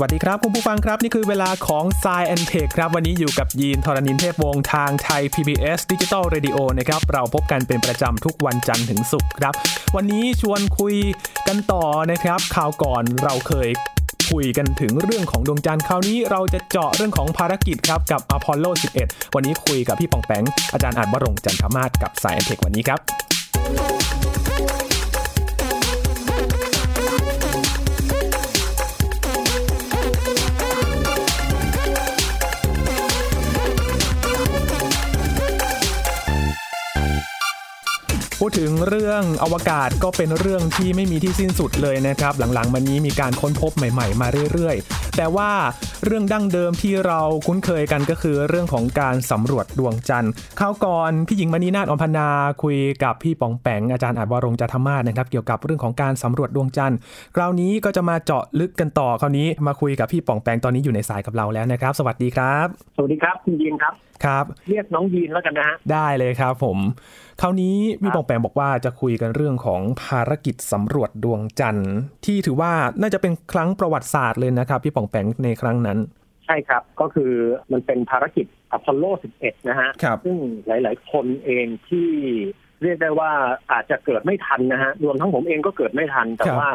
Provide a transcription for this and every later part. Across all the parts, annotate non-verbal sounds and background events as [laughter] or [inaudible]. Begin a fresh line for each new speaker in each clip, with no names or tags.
วัสดีครับ คุณผู้ฟังครับ นี่คือเวลาของ s ซแอนเทคครับ วันนี้อยู่กับยีนทรณินเทพวงศ์ทางไทย PBS Digital Radio นะครับ เราพบกันเป็นประจำทุกวันจันทร์ถึงศุกร์ครับ วันนี้ชวนคุยกันต่อนะครับข่าวก่อนเราเคยคุยกันถึงเรื่องของดวงจันทร์คราวนี้เราจะเจาะเรื่องของภารกิจครับกับอพอลโล 11 วันนี้คุยกับพี่ปองแปงอาจารย์อาจวรงค์จันทมาศกับ s ซแอนเทควันนี้ครับ พูดถึงเรื่องอวกาศก็เป็นเรื่องที่ไม่มีที่สิ้นสุดเลยนะครับ หลังๆมานี้มีการค้นพบใหม่ ๆ มาเรื่อยๆ แต่ว่าเรื่องดั้งเดิมที่เราคุ้นเคยกันก็คือเรื่องของการสำรวจดวงจันทร์ข้าวก่อนพี่หญิงมณีนาฏอมพนาคุยกับพี่ป๋องแปงอาจารย์อาจวรงค์จันทมาศนะครับ เกี่ยวกับเรื่องของการสำรวจดวงจันทร์คราวนี้ก็จะมาเจาะลึกกันต่อคราวนี้มาคุยกับพี่ป๋องแปงตอนนี้อยู่ในสายกับเราแล้วนะครับ สวัสดีครับ
สวัสดีครับคุณยีนครับ
ครับ
เรียกน้องยีนแล้วกันนะฮะ
ได้เลยครับผม คราวนี้พี่
ครับ
ปองแปงบอกว่าจะคุยกันเรื่องของภารกิจสำรวจดวงจันทร์ ที่ถือว่าน่าจะเป็นครั้งประวัติศาสตร์เลยนะครับ พี่ปองแปงในครั้งนั้น
ใช่ครับ ก็คือมันเป็นภารกิจอพอลโล 11 นะฮะ
ครับ
ซึ่งหลาย ๆ คนเองที่เรียกได้ว่าอาจจะเกิดไม่ทันนะฮะ รวมทั้งผมเองก็เกิดไม่ทัน แต่
ครับ
ว่า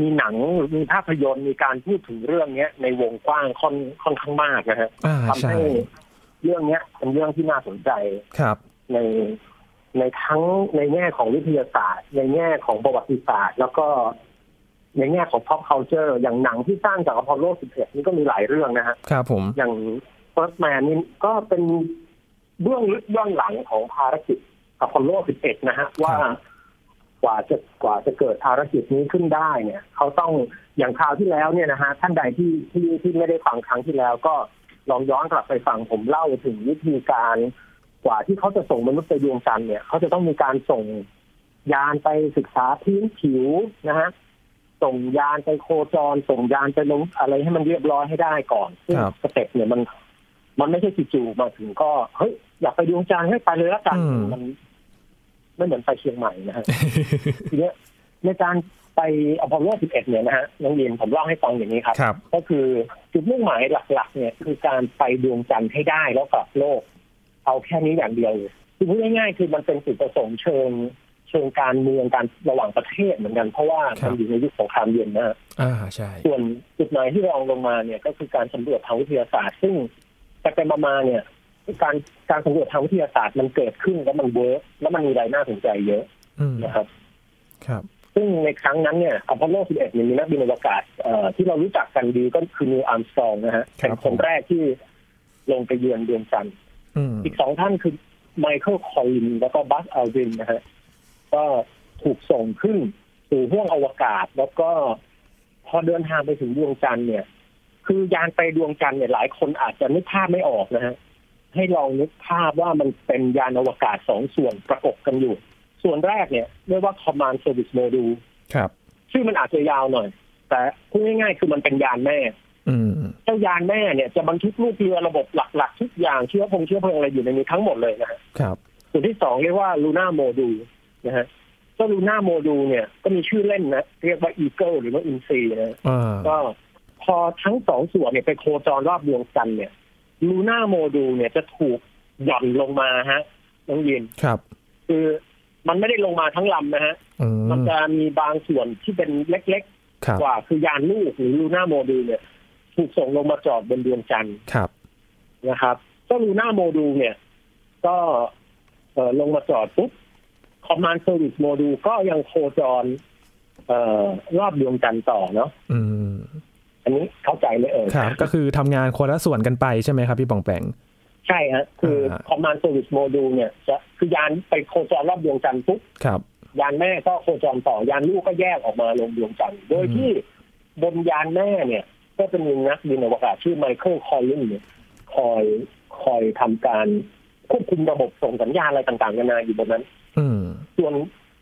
มีหนัง มีภาพยนตร์ มีการพูดถึงเรื่องเนี้ย ในวงกว้างค่อนค่อนข้างมากนะฮะ
อ่า
ทำ
ใช่
ให้เรื่องเนี้ยเป็นเรื่องที่น่าสนใจ
ครับ
ในในทั้งในแง่ของวิทยาศาสตร์ ในแง่ของประวัติศาสตร์ แล้วก็ในแง่ของ pop culture อย่างหนังที่สร้างจากอพอลโล 11 นี่ก็มีหลายเรื่องนะฮะ
ครับผม
อย่าง First Man นี่ก็เป็นเบื้องลึกเบื้องหลังของภารกิจอพอลโล 11 นะฮะ ว่า กว่าจะกว่าจะเกิดภารกิจนี้ขึ้นได้เนี่ย เขาต้องอย่างคราวที่แล้วเนี่ยนะฮะท่านใดที่ที่ที่ไม่ได้ฟังครั้งที่แล้ว ก็ลองย้อนกลับไปฟังผมเล่าถึงวิธีการ กว่าที่เขาจะส่งมนุษย์ไปดวงจันทร์เนี่ยเขาจะต้องมีการส่งยานไปศึกษาพื้นผิวนะฮะส่งยานไปโคจร ส่งยานไปลงอะไรให้มันเรียบร้อยให้ได้ก่อนซึ่ง
ครับ
สเต็ปเนี่ยมัน มันไม่ใช่จู่ๆมาถึงก็เฮ้ยอยากไปดวงจันทร์ให้ไปเลยละกัน
อืม
มันไม่เหมือนไปเชียงใหม่
[laughs]
นะฮะ ทีเนี้ยในการไปอพอลโล 11 เนี่ยนะฮะน้องเรียนผมเล่าให้ฟังอย่างนี้ครับ
ครับ
ก็คือจุดมุ่งหมายหลักๆ เนี่ย คือการไปดวงจันทร์ให้ได้แล้วกลับโลก เอาแค่นี้อย่างเดียวเลยคือพูดง่ายๆคือมันเป็นจุดประสงค์เชิง เชิงการเมืองการระหว่างประเทศเหมือนกัน เพราะว่า
ครั
มั
บ
นอยู่ในยุคสงครามเย็นนะฮะ
อ่าใช่
ส่วนจุดหมายที่รองลงมาเนี่ย ก็คือการสำรวจทางวิทยาศาสตร์ ซึ่งแต่เป็นมาๆเนี่ย การการสำรวจทางวิทยาศาสตร์มันเกิดขึ้นแล้วมันเวิร์กแล้วมันมีรายน่าสนใจเยอะ
อืม
นะครับ
ครับ
ซึ่งในครั้งนั้นเนี่ยอพอลโล 11เนี่ยมีนักบินอวกาศเอ่อที่เรารู้จักกันดีก็คือนิวอาร์มสตรองนะฮะเป็นคนแรกที่ลงไปเยือนดวงจันทร์
อืม
อีกสองท่านคือไมเคิลคอลิน แล้วก็บัสอัลวินนะฮะก็ถูกส่งขึ้นสู่ห้วงอวกาศ แล้วก็พอเดินทางไปถึงดวงจันทร์เนี่ย คือยานไปดวงจันทร์เนี่ยหลายคนอาจจะนึกภาพไม่ออกนะฮะให้ลองนึกภาพว่ามันเป็นยานอวกาศสองส่วนประกบกันอยู่ ส่วนแรกเนี่ยเรียกว่า command service module
ครับ
ชื่อมันอาจจะยาวหน่อย แต่พูดง่ายๆ คือมันเป็นยานแม่
อืม
เจ้ายานแม่เนี่ยจะบรรทุกลูกเรือระบบหลักๆ ทุกอย่างเชื้อพงเชื้อเพลิงอะไรอยู่ในนี้ทั้งหมดเลยนะฮะ
ครับ
ส่วนที่สองเรียกว่าลูน่าโมดูนะฮะเจ้าลูน่าโมดูเนี่ยก็มีชื่อเล่นนะ เรียกว่าอีเกิลหรือว่าอินซีนะฮะ
อ่า
ก็พอทั้งสองส่วนเนี่ยไปโคจรรอบดวงจันทร์เนี่ยลูน่าโมดูเนี่ยจะถูกหย่อนลงมาฮะน้องยิน
ครับ
คือมันไม่ได้ลงมาทั้งลำนะฮะ
อืม
มันจะมีบางส่วนที่เป็นเล็ก ๆ
ครับ
กว่าคือยานลูกหรือลูน่าโมดูลเนี่ย ถูกส่งลงมาจอดบนดวงจันทร์
ครับ
นะครับเจ้าลูน่าโมดูลเนี่ย ก็เอ่อลงมาจอดปุ๊บคอมมานด์เซอร์วิสโมดูลก็ยังโคจร เอ่อรอบดวงจันทร์ต่อเนาะ
อืม
อันนี้เข้าใจไหมเอ่ย
ครับก็คือทำงานคนละส่วนกันไปใช่ไหมครับพี่ปองแปง
ใช่ฮะคือ
อ่า
คอมมานด์เซอร์วิสโมดูลเนี่ยจะคือยานไปโคจรรอบดวงจันทร์ปุ๊บ
ครับ
ยานแม่ก็โคจรต่อยานลูกก็แยกออกมาลงดวงจันทร์โดย
อืม
ที่บนยานแม่เนี่ย ก็จะมีนักบินอวกาศชื่อไมเคิลคอยลินเนี่ยคอยคอยทำการควบคุมระบบส่งสัญญาณอะไรต่างๆนานาอยู่บนนั้น
อืม
ส่วน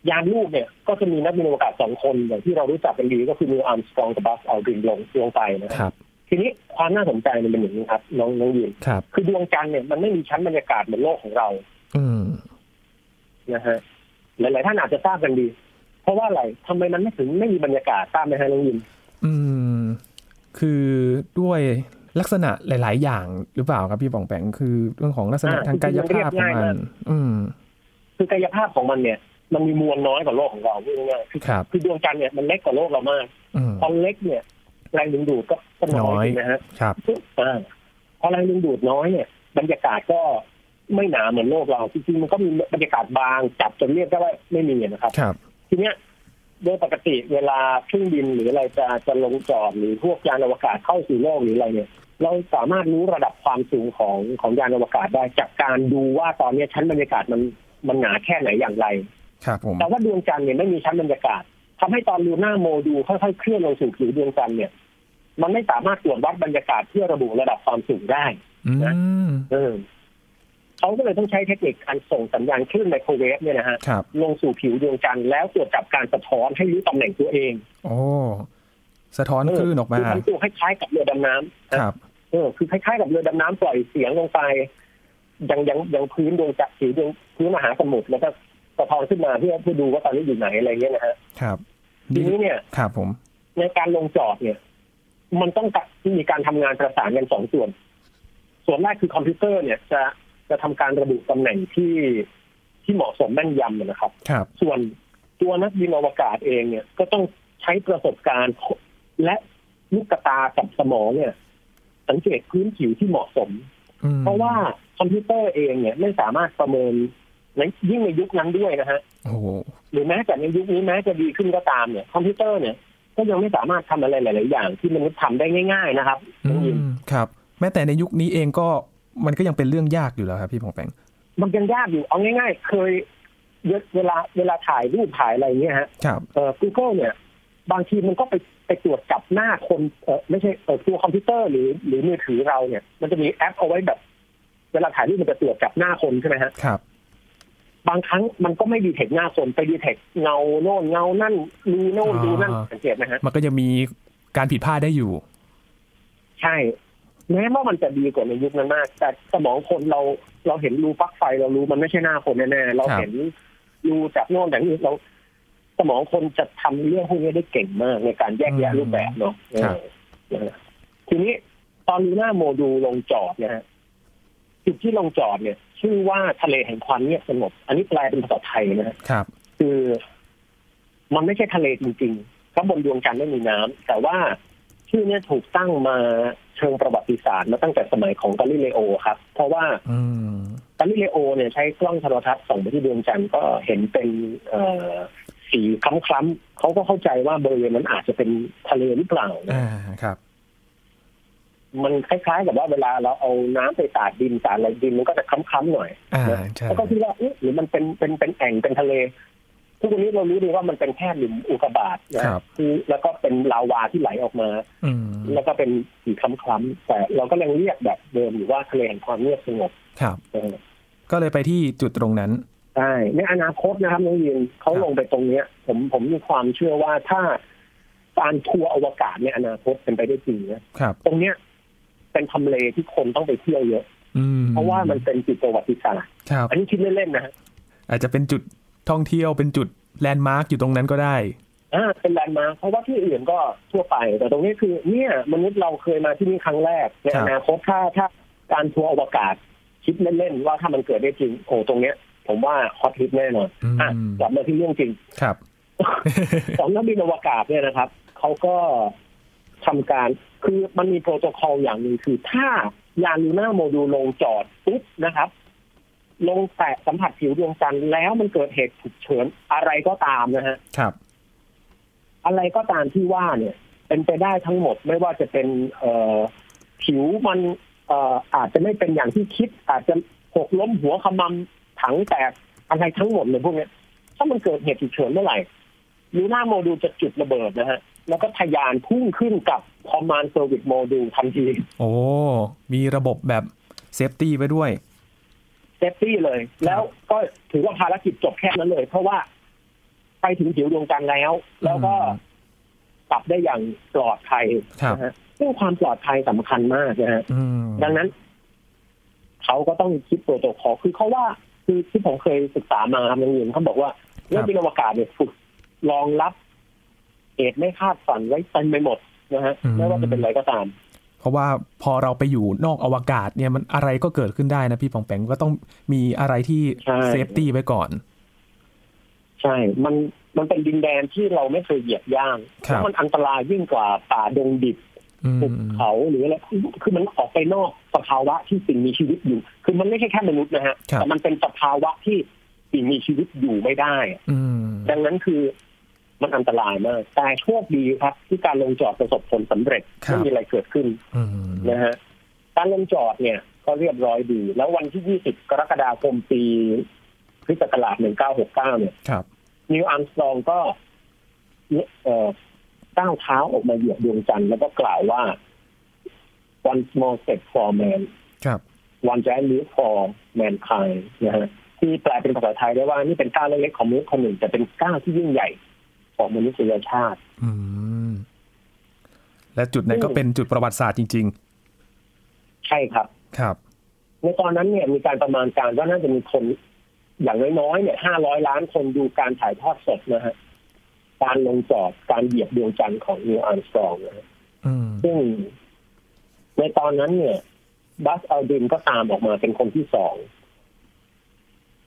ยานลูกเนี่ย ก็จะมีนักบินอวกาศสองคน อย่างที่เรารู้จักกันดีก็คือนิวอาร์มสตรองกับบัสอัลดรินลงลงไปนะ
ค
ครั
รั
บ
บ
ทีนี้ความน่าสนใจมันเป็นอย่างนี้ครับน้องน้องยิน
ครับ
คือดวงจันทร์เนี่ยมันไม่มีชั้นบรรยากาศเหมือนโลกของเรา
อืม
นะฮะหลาย ๆ ท่านอาจจะทราบกันดี เพราะว่าอะไรทำไมมันไม่ถึงไม่มีบรรยากาศทราบไหมฮะน้องยิน
อืม คือด้วยลักษณะหลาย ๆ อย่างหรือเปล่าครับพี่ป่องแปงคือเรื่องของลักษณะ
อ่า
ทางกายภาพของ
เรียบง่าย
มั
มาก
น อืม
คือกายภาพของมันเนี่ย มันมีมวลน้อยกว่าโลกของเราพูดง่ายๆคือ
ครับ
คือดวงจันทร์เนี่ยมันเล็กกว่าโลกเรามาก
อืม
พอเล็กเนี่ยแรงดึงดูดก็ก็น้
น้
อ
อย
ยนะฮะ
ครับ
อ่าพอแรงดึงดูดน้อยเนี่ยบรรยากาศก็ไม่หนาเหมือนโลกเราจริงๆมันก็มีบรรยากาศบางจับจนเรียกได้ว่าไม่มีนะครับ
ครับ
ทีเนี้ยโดยปกติเวลาเครื่องบินหรืออะไรจะจะลงจอดหรือพวกยานอวกาศเข้าสู่โลกหรืออะไรเนี่ย เราสามารถรู้ระดับความสูงของของยานอวกาศได้จากการดูว่าตอนเนี้ยชั้นบรรยากาศมันมันหนาแค่ไหนอย่างไร
ครับผม
แต่ว่าดวงจันทร์เนี่ยไม่มีชั้นบรรยากาศทำให้ตอนลูน่าโมดูลค่อยๆเคลื่อนลงสู่ผิวดวงจันทร์เนี่ย มันไม่สามารถตรวจวัดบรรยากาศเพื่อระบุระดับความสูงได้
อืม
เออเขาก็เลยต้องใช้เทคนิคการส่งสัญญาณคลื่นไมโครเวฟเนี่ยนะฮะ
ครับ
ลงสู่ผิวดวงจันทร์แล้วตรวจจับการสะท้อนให้รู้ตำแหน่งตัวเอง
โอ้สะท้อนคลื่นออกมา
คือทำตัวคล้ายๆกับเรือดำน้ำ
ครับ
เออคือคล้ายๆกับเรือดำน้ำปล่อยเสียงลงไปยังยังยังพื้นดวงจันทร์ผิวดวงพื้นมหาสมุทรแล้วก็สะท้อนขึ้นมาเพื่อเพื่อดูว่าตอนนี้อยู่ไหนอะไรเงี้ยนะฮะ
ครับ
ทีนี้เนี่ย
ครับผม
ในการลงจอดเนี่ย มันต้องมีการทำงานประสานกันสองส่วน ส่วนแรกคือคอมพิวเตอร์เนี่ยจะจะทำการระบุตำแหน่งที่ที่เหมาะสมแม่นยำนะครับ
ครับ
ส่วนตัวนักบินอวกาศเองเนี่ย ก็ต้องใช้ประสบการณ์และลูกตากับสมองเนี่ย สังเกตพื้นผิวที่เหมาะสม
อืม
เพราะว่าคอมพิวเตอร์เองเนี่ยไม่สามารถประเมินในยิ่งในยุคนั้นด้วยนะฮะ
โอ้โห
หรือแม้แต่ในยุคนี้แม้จะดีขึ้นก็ตามเนี่ยคอมพิวเตอร์เนี่ยก็ยังไม่สามารถทำอะไรหลาย ๆ อย่างที่มนุษย์ทำได้ง่าย ๆ นะครับ
อื
น้องยิน
มครับ แม้แต่ในยุคนี้เองก็มันก็ยังเป็นเรื่องยากอยู่แล้วครับพี่ปองแปง
มันยังยากอยู่เอาง่าย ๆ เคยเวเวลาเวลาถ่ายรูปถ่ายอะไรเงี้ยฮะ
ครับ
เอ่อ Google เนี่ย บางทีมันก็ไปไปตรวจจับหน้าคนเออไม่ใช่เออตัวคอมพิวเตอร์หรือหรือมือถือเราเนี่ย มันจะมีแอปเอาไว้แบบ เวลาถ่ายรูปมันจะตรวจจับหน้าคนใช่ไหมฮะ
ครับ
บางครั้งมันก็ไม่ดีเทคหน้าคนไปดีเทคเงาโน่นเงานั่นรูโน่นรูนั่น
อ่า
สังเกตไหมฮะ
มันก็ยังมีการผิดพลาดได้อยู่
ใช่ แม้ว่ามันจะดีกว่าในยุคนั้นมาก แต่สมองคนเราเราเห็นรูปลั๊กไฟเรารู้มันไม่ใช่หน้าคนแน่ๆเราเห็นรูจากโน่นจากนี้เรา สมองคนจะทำเรื่องพวกนี้ได้เก่งมากในการแยกแยะ
อืม
รูปแบบเนาะเออ
ครับ
นะฮะทีนี้ตอนลูน่าโมดูลลงจอดเนะฮะจุดที่ลงจอดเนี่ย ชื่อว่าทะเลแห่งความเงียบสงบ อันนี้แปลเป็นภาษาไทยนะฮะ
ครับ
คือ มันไม่ใช่ทะเลจริงๆเพราะบนดวงจันทร์ไม่มีน้ำแต่ว่าชื่อเนี่ยถูกตั้งมาเชิงประวัติศาสตร์มาตั้งแต่สมัยของกาลิเลโอครับ เพราะว่า
อืม
กาลิเลโอเนี่ยใช้กล้องโทรทัศน์ส่องไปที่ดวงจันทร์ก็เห็นเป็นเอ่อสีคล้ำๆเขาก็เข้าใจว่าบริเวณนั้นอาจจะเป็นทะเลหรือเปล่านะ
อ่า ครับ
มันคล้ายๆกับว่าเวลาเราเอาน้ำไปสาดดินสาดอะไรดินมันก็จะคล้ำๆหน่อย
อ่า ใช่
แล้วก็คิดว่าเอ๊ะหรือมันเป็นเป็นเป็นแอ่งเป็นทะเล ทุกวันนี้เรารู้ดีว่ามันเป็นแค่หลุมอุกกาบาตนะครับ คือแล้วก็เป็นลาวาที่ไหลออกมา
อืม
แล้วก็เป็นสีคล้ำๆแต่เราก็ยังเรียกแบบเดิมอยู่ว่าทะเลแห่งความเงียบสงบ
ครับ
เออ
ก็เลยไปที่จุดตรงนั้น
ใช่ในอนาคตนะครับน้องยินเขา
ครับ
ลงไปตรงเนี้ย ผมผมมีความเชื่อว่าถ้าการทัวร์อวกาศในอนาคตเป็นไปได้จริงนะครับ ตรงเนี้ยเป็นทำเลที่คนต้องไปเที่ยวเยอะ
อืม
เพราะว่ามันเป็นจุดประวัติศาสตร์
ครับ
อันนี้คิดเล่นๆนะฮะ
อาจจะเป็นจุดท่องเที่ยว เป็นจุดแลนด์มาร์กอยู่ตรงนั้นก็ได้
อ่าเป็นแลนด์มาร์คเพราะว่าที่อื่นก็ทั่วไป แต่ตรงนี้คือเนี่ยมนุษย์เราเคยมาที่นี่ครั้งแรกใน
ครั
อบ นาคตถ้าถ้าการทัวร์อวกาศคิดเล่นๆว่าถ้ามันเกิดได้จริงโอ้ตรงเนี้ย ผมว่าฮอตฮิตแน่นอน
อืม
อ่ะกลับมาที่เรื่องจริง
ครับ
[laughs] ของนักบินอวกาศเนี่ยนะครับเขาก็ทำการคือมันมีโปรโตคอลอย่างหนึ่งคือ ถ้ายานลูน่าโมดูลลงจอดปุ๊บนะครับ ลงแตะสัมผัสผิวดวงจันทร์แล้วมันเกิดเหตุฉุกเฉินอะไรก็ตามนะฮะ
ครับ
อะไรก็ตามที่ว่าเนี่ย เป็นไปได้ทั้งหมดไม่ว่าจะเป็นเอ่อผิวมันเอ่ออาจจะไม่เป็นอย่างที่คิด อาจจะหกล้มหัวขมำถังแตกอะไรทั้งหมดเลยพวกเนี้ย ถ้ามันเกิดเหตุฉุกเฉินเมื่อไหร่ลูน่าโมดูลจะจุดระเบิดนะฮะ แล้วก็ทะยานพุ่งขึ้นกับคอมมานด์เซอร์วิสโมดูลทันที
โอ้ มีระบบแบบเซฟตี้ไว้ด้วย
เซฟตี้เลย แล้วก็ถือว่าภารกิจจบแค่นั้นเลย เพราะว่าไปถึงผิวดวงจันทร์แล้ว แล้วก็
อืม
กลับได้อย่างปลอดภัย
ครับ
นะฮะซึ่งความปลอดภัยสำคัญมากนะฮะ
อืม
ดังนั้น เขาก็ต้องคิดโปรโตคอลคือเขาว่า คือที่ผมเคยศึกษามาครับนักเรียนเขาบอกว่าเรื่องบินอวกาศเนี่ยฝึกรองรับ เหตุไม่คาดฝันไว้เต็มไปหมด นะฮะ
อืม
ไม่ว่าจะเป็นอะไรก็ตาม
เพราะว่าพอเราไปอยู่นอกอวกาศเนี่ยมันอะไรก็เกิดขึ้นได้นะพี่ปองแปงก็ต้องมีอะไรที่
ใช่
เซฟตี้ไว้ก่อน
ใช่ มันมันเป็นดินแดนที่เราไม่เคยเหยียบย่าง
ครับ
แล้วมันอันตรายยิ่งกว่าป่าดงดิบ
อืม
ภูเขาหรืออะไรคือมันออกไปนอกสภาวะที่สิ่งมีชีวิตอยู่ คือมันไม่ใช่แค่มนุษย์นะฮะแต่มันเป็นสภาวะที่สิ่งมีชีวิตอยู่ไม่ได้
อืม
ดังนั้นคือมันอันตรายมาก แต่โชคดีครับ ที่การลงจอดประสบผลสำเร็จไม่มีอะไรเกิดขึ้น
อืม
นะฮะการลงจอดเนี่ยก็เรียบร้อยดี แล้ววันที่ 20 กรกฎาคมปีพุทธศักราช1969 เนี่ย
ครับ
นิวอัมสตรองก็เอ่อก้าวเท้าออกมาเหยียบดวงจันทร์แล้วก็กล่าวว่า one small step for man
ครับ
one giant leap for mankind นะฮะที่แปลเป็นภาษาไทยได้ว่านี่เป็นก้าวเล็กๆของมนุษย์คนหนึ่งแต่เป็นก้าวที่ยิ่งใหญ่ของมนุษยชาติ
อืมและจุดนั้นก็เป็นจุดประวัติศาสตร์จริง
ใช่ครับ
ๆ ครับ
ในตอนนั้นเนี่ยมีการประมาณการว่าน่าจะมีคนอย่างน้อยๆเนี่ยห้าร้อยล้านคนดูการถ่ายทอดสดนะฮะการลงจอดการเหยียบดวงจันทร์ของนิวอัมสตรองนะฮะ
อืม
ซึ่งในตอนนั้นเนี่ย บัสอัลดินก็ตามออกมาเป็นคนที่สอง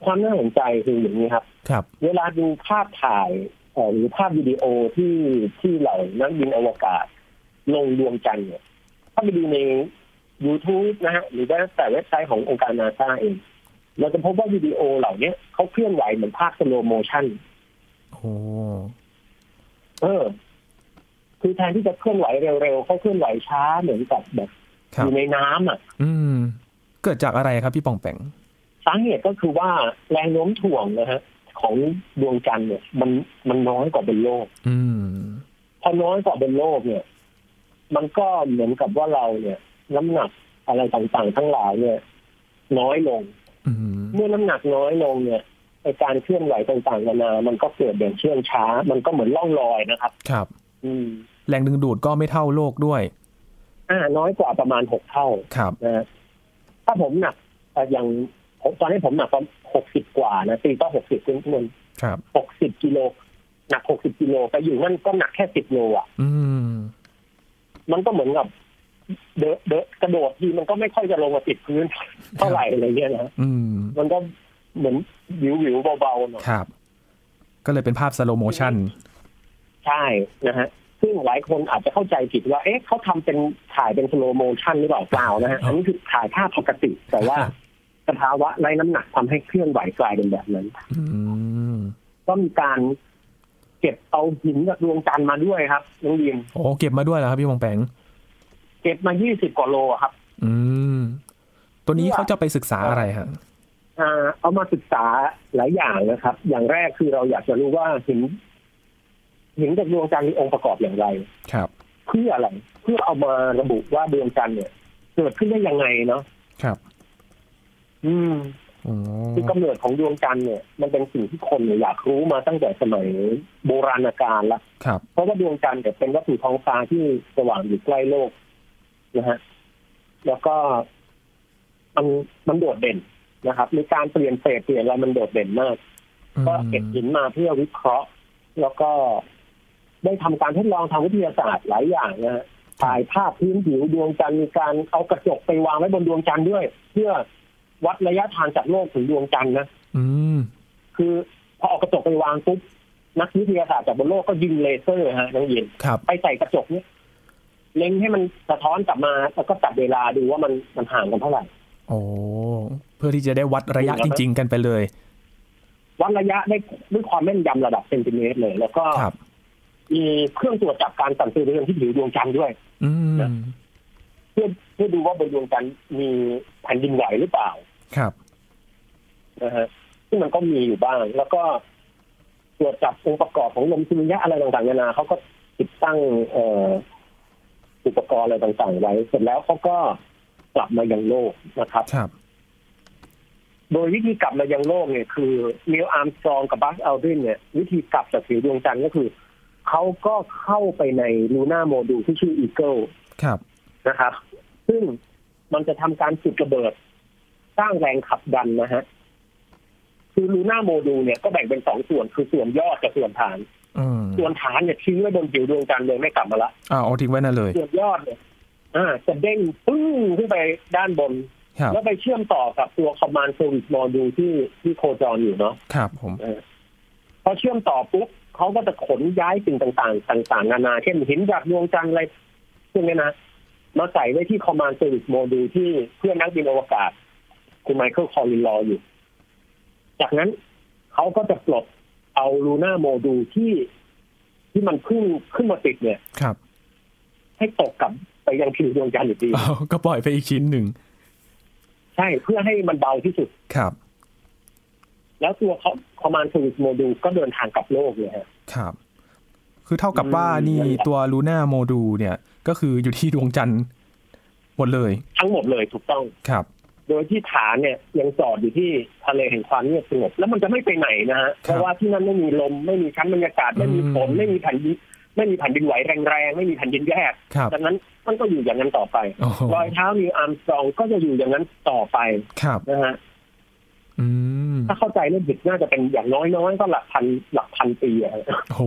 ความน่าสนใจคืออย่างนี้ครับ
ครับ
เวลาดูภาพถ่ายเอ่อหรือภาพวิดีโอที่ที่เหล่านักบินอวกาศ ลงดวงจันทร์เนี่ย ถ้าไปดูใน YouTube นะฮะ หรือว่าแต่เว็บไซต์ขององค์การนาซาเอง เราจะพบว่าวิดีโอเหล่าเนี้ยเขาเคลื่อนไหวเหมือนภาพสโลโมชัน
โอ้
เออ คือแทนที่จะเคลื่อนไหวเร็วๆเขาเคลื่อนไหวช้าเหมือนกับแบบ
ครั
อบ ยู่ในน้ำอ่ะ
อืม เกิดจากอะไรครับพี่ปองแปง
สาเหตุก็คือว่าแรงโน้มถ่วงนะฮะของดวงจันทร์เนี่ย มันมันน้อยกว่าบนโลก
อืม
พอน้อยกว่าบนโลกเนี่ย มันก็เหมือนกับว่าเราเนี่ย น้ำหนักอะไรต่างๆทั้งหลายเนี่ย น้อยลง
อืม
เมื่อน้ำหนักน้อยลงเนี่ยไอ้การเคลื่อนไหวต่างๆนานา มันก็เกิดอย่างเชื่องช้า มันก็เหมือนล่องลอยนะครับ
ครับ
อืม
แรงดึงดูดก็ไม่เท่าโลกด้วย
อ่า น้อยกว่าประมาณหกเท่า
ครับ
นะฮะถ้าผมหนักเอ่ออย่างผมตอนนี้ผมหนักประมาณหกสิบกว่านะตีก็หกสิบขึ้นน
ครับ
หกสิบกิโลหนักหกสิบกิโลไปอยู่นั่นก็หนักแค่สิบโลอ่ะ
อืม
มันก็เหมือนกับเดอะเดอะกระโดดทีมันก็ไม่ค่อยจะลงมาติดพื้น [laughs] เท่าไหร่อะไรเงี้ยนะ
อืม
มันก็เหมือนวิววิวๆเบาๆหน่อย
ครับ ก็เลยเป็นภาพสโลโมชัน
ใช่นะฮะซึ่งหลายคนอาจจะเข้าใจผิดว่า เอ๊ะเขาทำเป็นถ่ายเป็นสโลโมชันหรือเปล่าเปล่านะฮะอันนี้คือถ่ายภาพปกติ แต่ว่าสภาวะไร้น้ำหนักทำให้เคลื่อนไหวกลายเป็นแบบนั้น
อืม
ก็มีการเก็บเอาหินจากดวงจันทร์มาด้วยครับน้องยิน
โอ้เก็บมาด้วยเหรอครับพี่ปองแปง
เก็บมา 20 กว่าโลครับ
อืม ตัวนี้เขาจะไปศึกษาอะไรฮะ
อ่าเอามาศึกษาหลายอย่างนะครับ อย่างแรกคือเราอยากจะรู้ว่าหินหินจากดวงจันทร์มีองค์ประกอบอย่างไร
ครับ
เพื่ออะไร เพื่อเอามาระบุว่าดวงจันทร์เนี่ยเกิดขึ้นได้ยังไงเนาะ
ครับ
อืม
โอ้
คือกำเนิดของดวงจันทร์เนี่ย มันเป็นสิ่งที่คนเนี่ยอยากรู้มาตั้งแต่สมัยโบราณกาลละ
ครับ
เพราะว่าดวงจันทร์เนี่ยเป็นวัตถุท้องฟ้าที่สว่างอยู่ใกล้โลกนะฮะ แล้วก็มันมันโดดเด่นนะครับมีการเปลี่ยนเฟสเปลี่ยนอะไรมันโดดเด่นมาก ก็เก็บหินมาเพื่อวิเคราะห์ แล้วก็ได้ทำการทดลองทางวิทยาศาสตร์หลายอย่างนะฮะถ่ายภาพพื้นผิวดวงจันทร์มีการเอากระจกไปวางไว้บนดวงจันทร์ด้วย เพื่อวัดระยะทางจากโลกถึงดวงจันทร์นะ
อืม
คือพอเอากระจกไปวางปุ๊บนักวิทยาศาสตร์จากบนโลกก็ยิงเลเซอร์ฮะน้องเย็น
ครับ
ไปใส่กระจกเนี่ยเล็งให้มันสะท้อนกลับมา แล้วก็จับเวลาดูว่ามันมันห่างกันเท่าไหร่
โอ้เพื่อที่จะได้วัดระยะ
ดูแล้
จ
ว
ริง ๆ กันไปเลย
วัดระยะได้ด้วยความแม่นยำระดับเซนติเมตรเลย แล้วก็
ครับ
มีเครื่องตรวจจับการสั่นสะเทือนที่ผิวดวงจันทร์ด้วย
อืม
นะ เพื่อเพื่อดูว่าบนดวงจันทร์มีแผ่นดินไหวหรือเปล่า
ครับ
นะฮะซึ่งมันก็มีอยู่บ้าง แล้วก็ตรวจจับองค์ประกอบของลมสุริยะอะไรต่างๆนานาเขาก็ติดตั้งเอ่ออุปกรณ์อะไรต่างๆ ไว้เสร็จแล้วเขาก็กลับมายังโลกนะครับ
ครับ
โดยวิธีกลับมายังโลกเนี่ยคือนิวอาร์มสตรองกับบัสอัลดรินเนี่ย วิธีกลับจากผิวดวงจันทร์ก็คือเขาก็เข้าไปในลูน่าโมดูลที่ชื่ออีเกิล
ครับ
นะครับ ซึ่งมันจะทำการจุดระเบิด สร้างแรงขับดันนะฮะ คือลูน่าโมดูลเนี่ยก็แบ่งเป็นสองส่วนคือส่วนยอดกับส่วนฐาน
อืม
ส่วนฐานเนี่ยทิ้งไว้บนผิวดวงจันทร์เลยไม่กลับมาละ
อ่าเอาทิ้งไว้นั่นเลย
ส่วนยอดเนี่ยอ่าจะเด้งปึ้งขึ้นไปด้านบน
ครับ
แล้วไปเชื่อมต่อกับตัว command service module ที่ที่โคจรอยู่เนาะ
ครับผม
เออพอเชื่อมต่อปุ๊บเขาก็จะขนย้ายสิ่งต่างๆ ต่างๆนานา เช่นหินจากดวงจันทร์อะไรพวกเนี้ยนะ มาใส่ไว้ที่ command service module ที่เพื่อนนักบินอวกาศ คุณไมเคิลคอลินรออยู่ จากนั้นเขาก็จะปลดเอาลูน่าโมดูลที่ที่มันขึ้นขึ้นมาติดเนี่ย
ครับ
ให้ตกกลับไปยังผิวดวงจันทร์อยู่ดี
อ้าว [laughs] ก็ปล่อยไปอีกชิ้นหนึ่ง
ใช่เพื่อให้มันเบาที่สุด
ครับ
แล้วตัวเขาคอมมานด์สวิตโมดูลก็เดินทางกลับโลกเลยฮะ
ครับ คือเท่ากับว่า
อืม
นี่ตัวลูน่าโมดูเนี่ย ก็คืออยู่ที่ดวงจันทร์หมดเลย
ทั้งหมดเลยถูกต้อง
ครับ
โดยที่ฐานเนี่ยยังจอดอยู่ที่ทะเลแห่งความเงียบสงบแล้วมันจะไม่ไปไหนนะฮะ เพราะว่าที่นั่นไม่มีลมไม่มีชั้นบรรยากาศไม่มีฝน
อืม
ไม่มีแผ่นดินไม่มีแผ่นดินไหวแรงๆไม่มีแผ่นดินแยก
ครับ
ดังนั้นมันก็อยู่อย่างนั้นต่อไป
โอ้โห
รอยเท้านิวอาร์มสตรองก็จะอยู่อย่างนั้นต่อไป
ครับ
นะฮะ
อืม
ถ้าเข้าใจเรื่องผิดน่าจะเป็นอย่างน้อยๆก็หลักพันหลักพันปีอะฮ [laughs] ะ
โห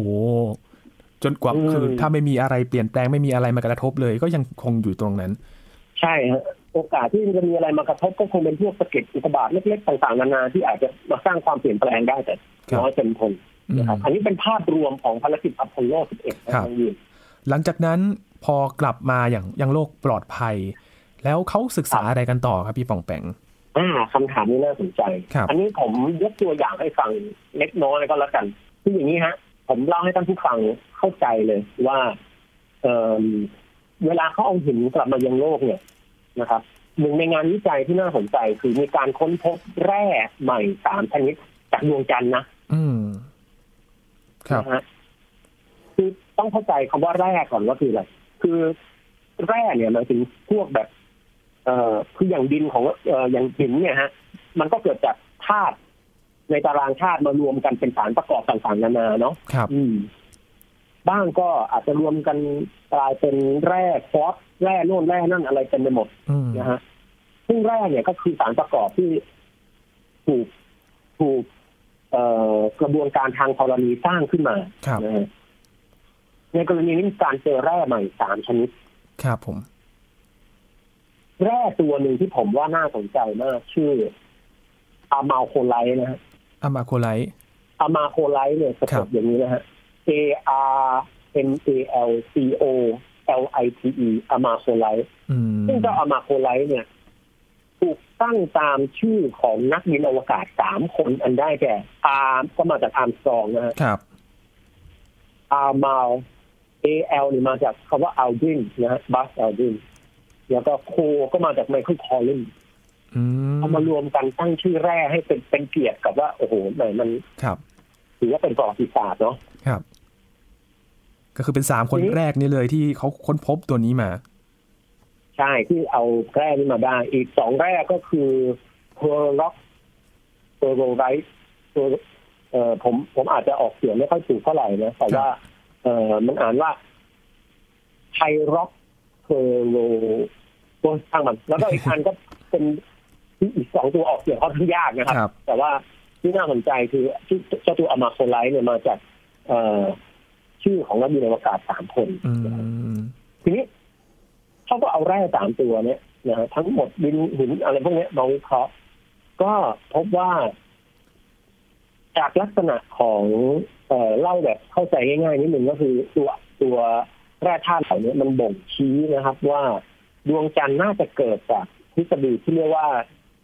จนกว่า
อืม
คือถ้าไม่มีอะไรเปลี่ยนแปลงไม่มีอะไรมากระทบเลย ก็ยังคงอยู่ตรงนั้น
ใช่ฮะโอกาสที่จะมีอะไรมากระทบก็คงเป็นพวกสะเก็ดอุกกาบาตเล็กๆต่างๆนานาที่อาจจะมาสร้างความเปลี่ยนแปลงได้แต่
ครับ
น้อยเป็นคน
อืม
นะครับอันนี้เป็นภาพรวมของภารกิจอพอลโล 11นะค
ครั
รับบ น้องยิน
หลังจากนั้นพอกลับมาอย่างยังโลกปลอดภัย แล้วเขาศึกษาอะไรกันต่อครับพี่ป่องแปง
อ่าคำถามนี้น่าสนใจ
ครับ
อันนี้ผมยกตัวอย่างให้ฟังเล็กน้อยก็แล้วกันคืออย่างนี้ฮะ ผมเล่าให้ท่านผู้ฟังเข้าใจเลยว่าเอ่อเวลาเขาเอาหินกลับมายังโลกเนี่ยนะครับหนึ่งในงานวิจัยที่น่าสนใจ คือมีการค้นพบแร่ใหม่สามชนิดจากดวงจันทร์นะ
อืม ครับ
นะฮะคือต้องเข้าใจคำว่าแร่ก่อนว่าคืออะไร คือแร่เนี่ยหมายถึงพวกแบบ เอ่อคืออย่างดินของเอ่ออย่างหินเนี่ยฮะ มันก็เกิดจากธาตุในตารางธาตุมารวมกันเป็นสารประกอบต่างๆนานาเนาะ
ครับ
อืม บ้างก็อาจจะรวมกันกลายเป็นแร่ฟอสแร่โน่นแร่นั่นอะไรเต็มไปหมด
อืม
นะฮะซึ่งแรกเนี่ยก็คือสารประกอบที่ถูกถูกเอ่อกระบวนการทางธรณีสร้างขึ้นมา
ครับ
นะฮะในกรณีนี้มีการเจอแร่ใหม่สามชนิด
ครับผม
แร่ตัวหนึ่งที่ผมว่าน่าสนใจมาก ชื่ออะมาโคไลท์นะฮะ
อามาโคไลท์
อะมาโคไลท์เนี่ยสะ
ครั
ก
บ
ดอย่างนี้นะฮะ A R M A L C O L I T E อะมาโคไลท์
อืม
ซึ่งเจ้าอามาโคไลท์เนี่ย ถูกตั้งตามชื่อของนักบินอวกาศสามคนอันได้แก่อาร์มก็มาจากอาร์มสตรองนะฮะ
ครับ
อาร์มาลเอลนี่มาจากคำว่าอัลดินนะฮะบัสอัลดินแล้วก็โคก็มาจากไมเคิลคอลลิน
อืม
เอามารวมกันตั้งชื่อแร่ให้เป็นเป็นเกียรติกับว่า โอ้โหแหมมัน
ครับ
ถือว่าเป็นประวัติศาสตร์เนาะ
ครับ ก็คือเป็นสามคน
ทีนี้
แรกนี่เลยที่เขาค้นพบตัวนี้มา
ใช่ที่เอาแร่นี้มาได้ อีกสองแร่ก็คือเพอร์ล็อกเพอร์โรไรท์เอ่อผมผมอาจจะออกเสียงไม่ค่อยถูกเท่าไหร่นะแต่ว่า เอ่อมันอ่านว่าไทร็อกเพอร์โรโอ้ยช่างมัน แล้วก็อีกอันก็เป็นอีกสองตัวออกเสียงค่อนข้างยากนะครับ
ครับ
แต่ว่าที่น่าสนใจคือที่เจ้าตัวอมาโคไลท์เนี่ยมาจากเอ่อชื่อของนักบินอวกาศสามคน
อืม
ทีนี้เขาก็เอาแร่สามตัวเนี่ยนะฮะทั้งหมดดินหินอะไรพวกเนี้ยมาวิเคราะห์ก็พบว่า จากลักษณะของเอ่อเล่าแบบเข้าใจง่ายๆนิดนึงก็คือตัวตัวแร่ธาตุเหล่านี้มันบ่งชี้นะครับ ว่าดวงจันทร์น่าจะเกิดจากทฤษฎีที่เรียกว่า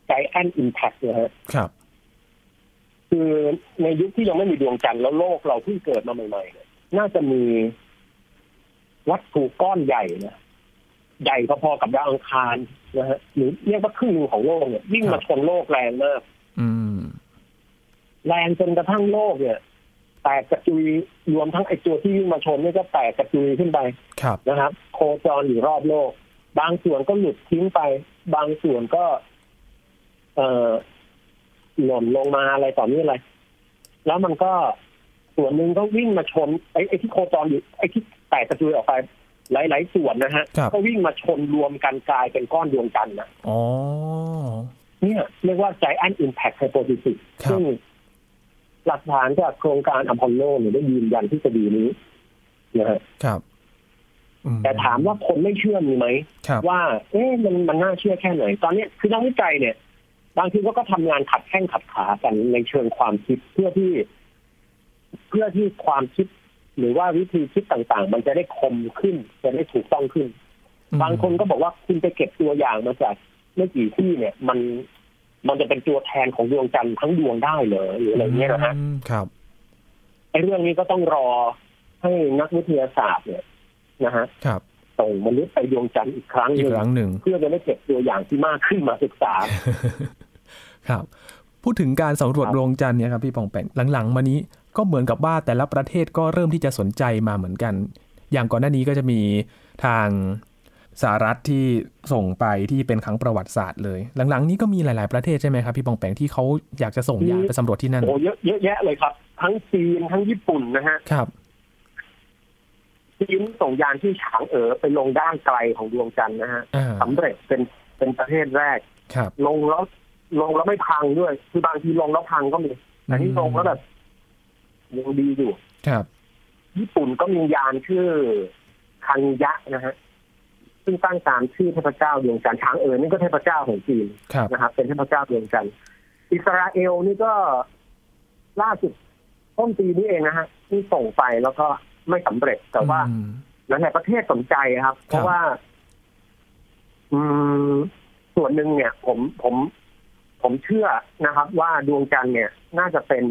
giant impact นะฮะ
ครับ
คือในยุคที่ยังไม่มีดวงจันทร์แล้วโลกเราเพิ่งเกิดมาใหม่ๆเนี่ยน่าจะมีวัตถุก้อนใหญ่นะ ใหญ่พอๆกับดาวอังคารนะฮะหรือเรียกว่าครึ่งหนึงของโลกเนี่ยวิ่ง
ครั
มา
บ
ชนโลกแรงมาก
อืม
แรงจนกระทั่งโลกเนี่ย แตกกระจุยรวมทั้งไอ้ตัวที่วิ่งมาชนเนี่ยก็แตกกระจุยขึ้นไป
ครับ
นะครับ โคจรอยู่รอบโลก บางส่วนก็หลุดทิ้งไป บางส่วนก็ เอ่อหล่นลงมาอะไรต่อนี้อะไร แล้วมันก็ส่วนหนึ่งก็วิ่งมาชนไอ้ไอ้ที่โคจรอยู่ไอ้ที่แตกกระจุยออกไป หลาย ๆ ส่วนนะฮะ
ครับ
ก็วิ่งมาชนรวมกันกลายเป็นก้อนดวงจันทร์นะ
อ๋อ
เนี่ยเรียกว่า Giant Impact Hypothesis
ครับ
ซึ่ง หลักฐานจากโครงการอพอลโลเนี่ยได้ยืนยันทฤษฎีนี้นะฮะ
ครับอื
แต่ถามว่าคนไม่เชื่อมีไหม
ครับ
ว่า เอ๊ะมันมันน่าเชื่อแค่ไหน ตอนเนี้ยคือนักวิจัยเนี่ย บางทีก็ก็ทำงานขัดแข้งขัดขากันในเชิงความคิดเพื่อที่ เพื่อที่ความคิด หรือว่าวิธีคิดต่างๆ มันจะได้คมขึ้น จะได้ถูกต้องขึ้น บางคนก็บอกว่าคุณไปเก็บตัวอย่างมาจากไม่กี่ที่เนี่ย มันมันจะเป็นตัวแทนของดวงจันทร์ทั้งดวงได้เหรอหรืออะไรเงี้ยนะฮะ
มครับ
ไอ้เรื่องนี้ก็ต้องรอให้นักวิทยาศาสตร์เนี่ยนะฮะ
ครับ
ส่งมนุษย์ไปดวงจันทร์อีกครั้งห
อีก
นึ่ง
ครั้งหนึ่ง
เพื่อจะได้เก็บตัวอย่างที่มากขึ้นมาศึก
[laughs]
ษา
ครับ พูดถึงการสำรวจ
ครับ
ดวงจันทร์เนี่ยครับพี่ปองแปงหลังๆ มานี้ก็เหมือนกับว่าแต่ละประเทศก็เริ่มที่จะสนใจมาเหมือนกัน อย่างก่อนหน้านี้ก็จะมีทางสหรัฐที่ส่งไปที่เป็นครั้งประวัติศาสตร์เลย หลังๆ นี้ก็มีหลาย ๆประเทศใช่ไหมครับพี่ปองแปงที่เขาอยากจะส่งยานไปสำรวจที่นั่น
โอ้เยอะเยอะแยะเลยครับ ทั้งจีนทั้งญี่ปุ่นนะฮะ
ครับ
จีนส่งยานที่ฉางเอ๋อไปลงด้านไกลของดวงจันทร์นะฮะ
อ่า
สำเร็จเป็นเป็นประเทศแรก
ครับ
ลงแล้วลงแล้วไม่พังด้วย คือบางทีลงแล้วพังก็มีแต่นี่ลงแล้วแบบยังดีอยู่
ครับ
ญี่ปุ่นก็มียานชื่อคันยะนะฮะซึ่งตั้งตามชื่อเทพเจ้าดวงจันทร์ช้างเอ๋ยนี่ก็เทพเจ้าของจีน
ครับ
นะครับ เป็นเทพเจ้าดวงจันทร์อิสราเอลนี่ก็ล่าสุดต้นปีนี้เองนะฮะที่ส่งไปแล้วก็ไม่สำเร็จแต่ว่า
อืม
หลายๆประเทศสนใจครับ เพราะว่า อืม ส่วนหนึ่งเนี่ย ผมผม ผมเชื่อนะครับ ว่าดวงจันทร์เนี่ย น่าจะเป็น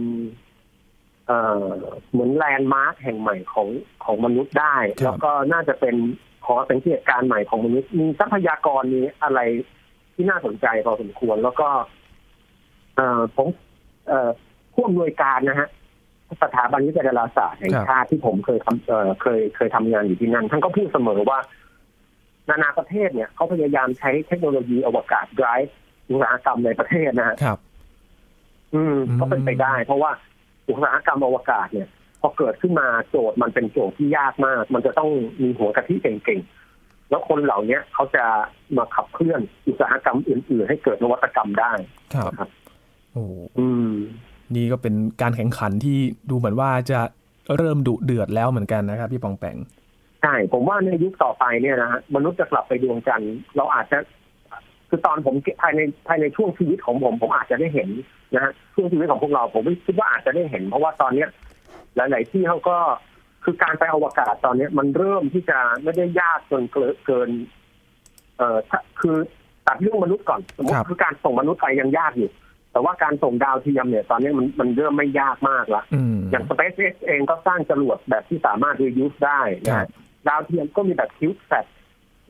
เอ่อเหมือนแลนด์มาร์คแห่งใหม่ของของมนุษย์ได้
ครับ
แล้วก็น่าจะเป็นขอเป็นที่การใหม่ของมนุษย์ มีทรัพยากรมีอะไรที่น่าสนใจพอสมควร แล้วก็ เอ่อผม เอ่อผู้อำนวยการนะฮะสถาบันวิจัยดาราศาสตร์แห่งชาติที่ผมเคยทำเอ่อเคยเคยทำงานอยู่ที่นั่นท่านก็พูดเสมอว่า นานาประเทศเนี่ยเขาพยายามใช้เทคโนโลยีอวกาศ drive อุตสาหกรรมในประเทศนะฮะ
ครับ
อืม
อืม
ก็เป็นไปได้ เพราะว่าอุตสาหกรรมอวกาศเนี่ย พอเกิดขึ้นมาโจทย์มันเป็นโจทย์ที่ยากมาก มันจะต้องมีหัวกะทิเก่งๆ แล้วคนเหล่าเนี้ยเขาจะมาขับเคลื่อนอุตสาหกรรมอื่นๆ ให้เกิดนวัตกรรมได้
ครับ
ครับ
โอ้
อืม
นี่ก็เป็นการแข่งขันที่ดูเหมือนว่าจะเริ่มดุเดือดแล้วเหมือนกันนะครับพี่ปองแปง
ใช่ ผมว่าในยุคต่อไปเนี่ยนะฮะมนุษย์จะกลับไปดวงจันทร์เราอาจจะ คือตอนผมภายในภายในช่วงชีวิตของผม ผมอาจจะได้เห็นนะฮะช่วงชีวิตของพวกเราผมคิดว่าอาจจะได้เห็น เพราะว่าตอนเนี้ย หลาย ๆ ที่เขาก็คือการไปอวกาศตอนเนี้ย มันเริ่มที่จะไม่ได้ยากจนเกินเกิน เอ่อถ้าคือตัดเรื่องมนุษย์ก่อนสมมติ
ครับ
คือการส่งมนุษย์ไปยังยากอยู่ แต่ว่าการส่งดาวเทียมเนี่ย ตอนเนี้ยมันมันเริ่มไม่ยากมากละ
อืม
อย่าง SpaceX เองก็สร้างจรวดแบบที่สามารถ reuse ได้นะ
ครั
ฮะ
บ
ดาวเทียมก็มีแบบ CubeSat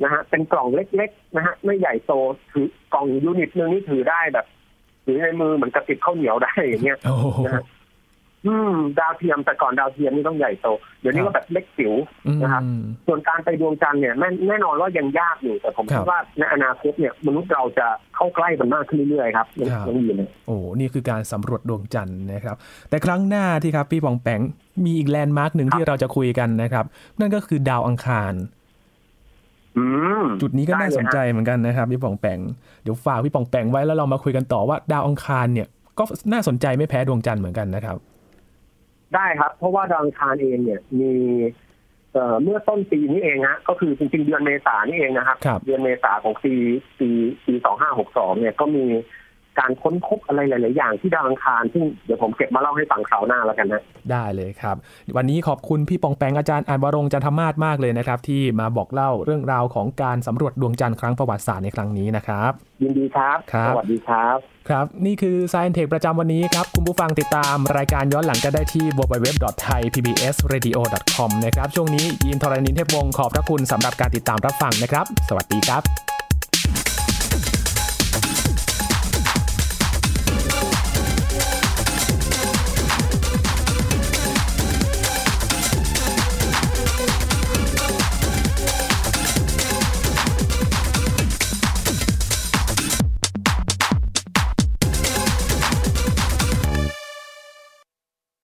นะฮะ เป็นกล่องเล็กๆ นะฮะ ไม่ใหญ่โตถือกล่องยูนิตหนึงนี่ถือได้แบบถือในมือเหมือนกระติบข้าวเหนียวได้อย่างเงี้ย
โอ้โห
นะฮะ อืม ดาวเทียมแต่ก่อนดาวเทียมนี่ต้องใหญ่โต เดี๋ยวนี้
ครั
ก็
บ
แบบเล็กจิ๋ว
อืม
นะครับ ส่วนการไปดวงจันทร์เนี่ยแน่แน่นอนว่ายังยากอยู่แต่ผม
ครั
คิ
บ
ดว่าในอนาคตเนี่ยมนุษย์เราจะเข้าใกล้มันมากขึ้นเรื่อยๆครับยัง
ครับ
ยังอยู่เลย
โอ้นี่คือการสำรวจดวงจันทร์นะครับ แต่ครั้งหน้าที่ครับพี่ปองแปงมีอีกแลนด์มาร์กหนึ่งที่เราจะคุยกันนะครับ นั่นก็คือดาวอังคาร
อืม
จุดนี้ก็น่าสนใจ
ได้เลยฮะ
เหมือนกันนะครับพี่ปองแปงเดี๋ยวฝากพี่ปองแปงไว้แล้วเรามาคุยกันต่อว่าดาวอังคารเนี่ยก็น่าสนใจไม่แพ้ดวงจันทร์เหมือนกันนะครับ
ได้ครับ เพราะว่าดาวอังคารเองเนี่ยมีเอ่อเมื่อต้นปีนี้เองฮะก็คือจริงๆเดือนเมษานี่เองนะครับ
ครับ
เดือนเมษาของปีปีปีสองห้าหกสองเนี่ยก็มีการค้นพบอะไรหลาย ๆ อย่างที่ดาวอังคารซึ่งเดี๋ยวผมเก็บมาเล่าให้ฟังคราวหน้าแล้วกันนะ
ได้เลยครับ วันนี้ขอบคุณพี่ปองแปงอาจารย์อานวรงค์จันทมาศมากเลยนะครับ ที่มาบอกเล่าเรื่องราวของการสำรวจดวงจันทร์ครั้งประวัติศาสตร์ในครั้งนี้นะครับ
ยินดีครับ
ครับ
สวัสดีครับ
ครับ นี่คือ Science Tech ประจำวันนี้ครับ คุณผู้ฟังติดตามรายการย้อนหลังก็ได้ที่ www.thaipbsradio.com นะครับ ช่วงนี้ยินทรณินเทพวงศ์ขอบพระคุณสำหรับการติดตามรับฟังนะครับ สวัสดีครับ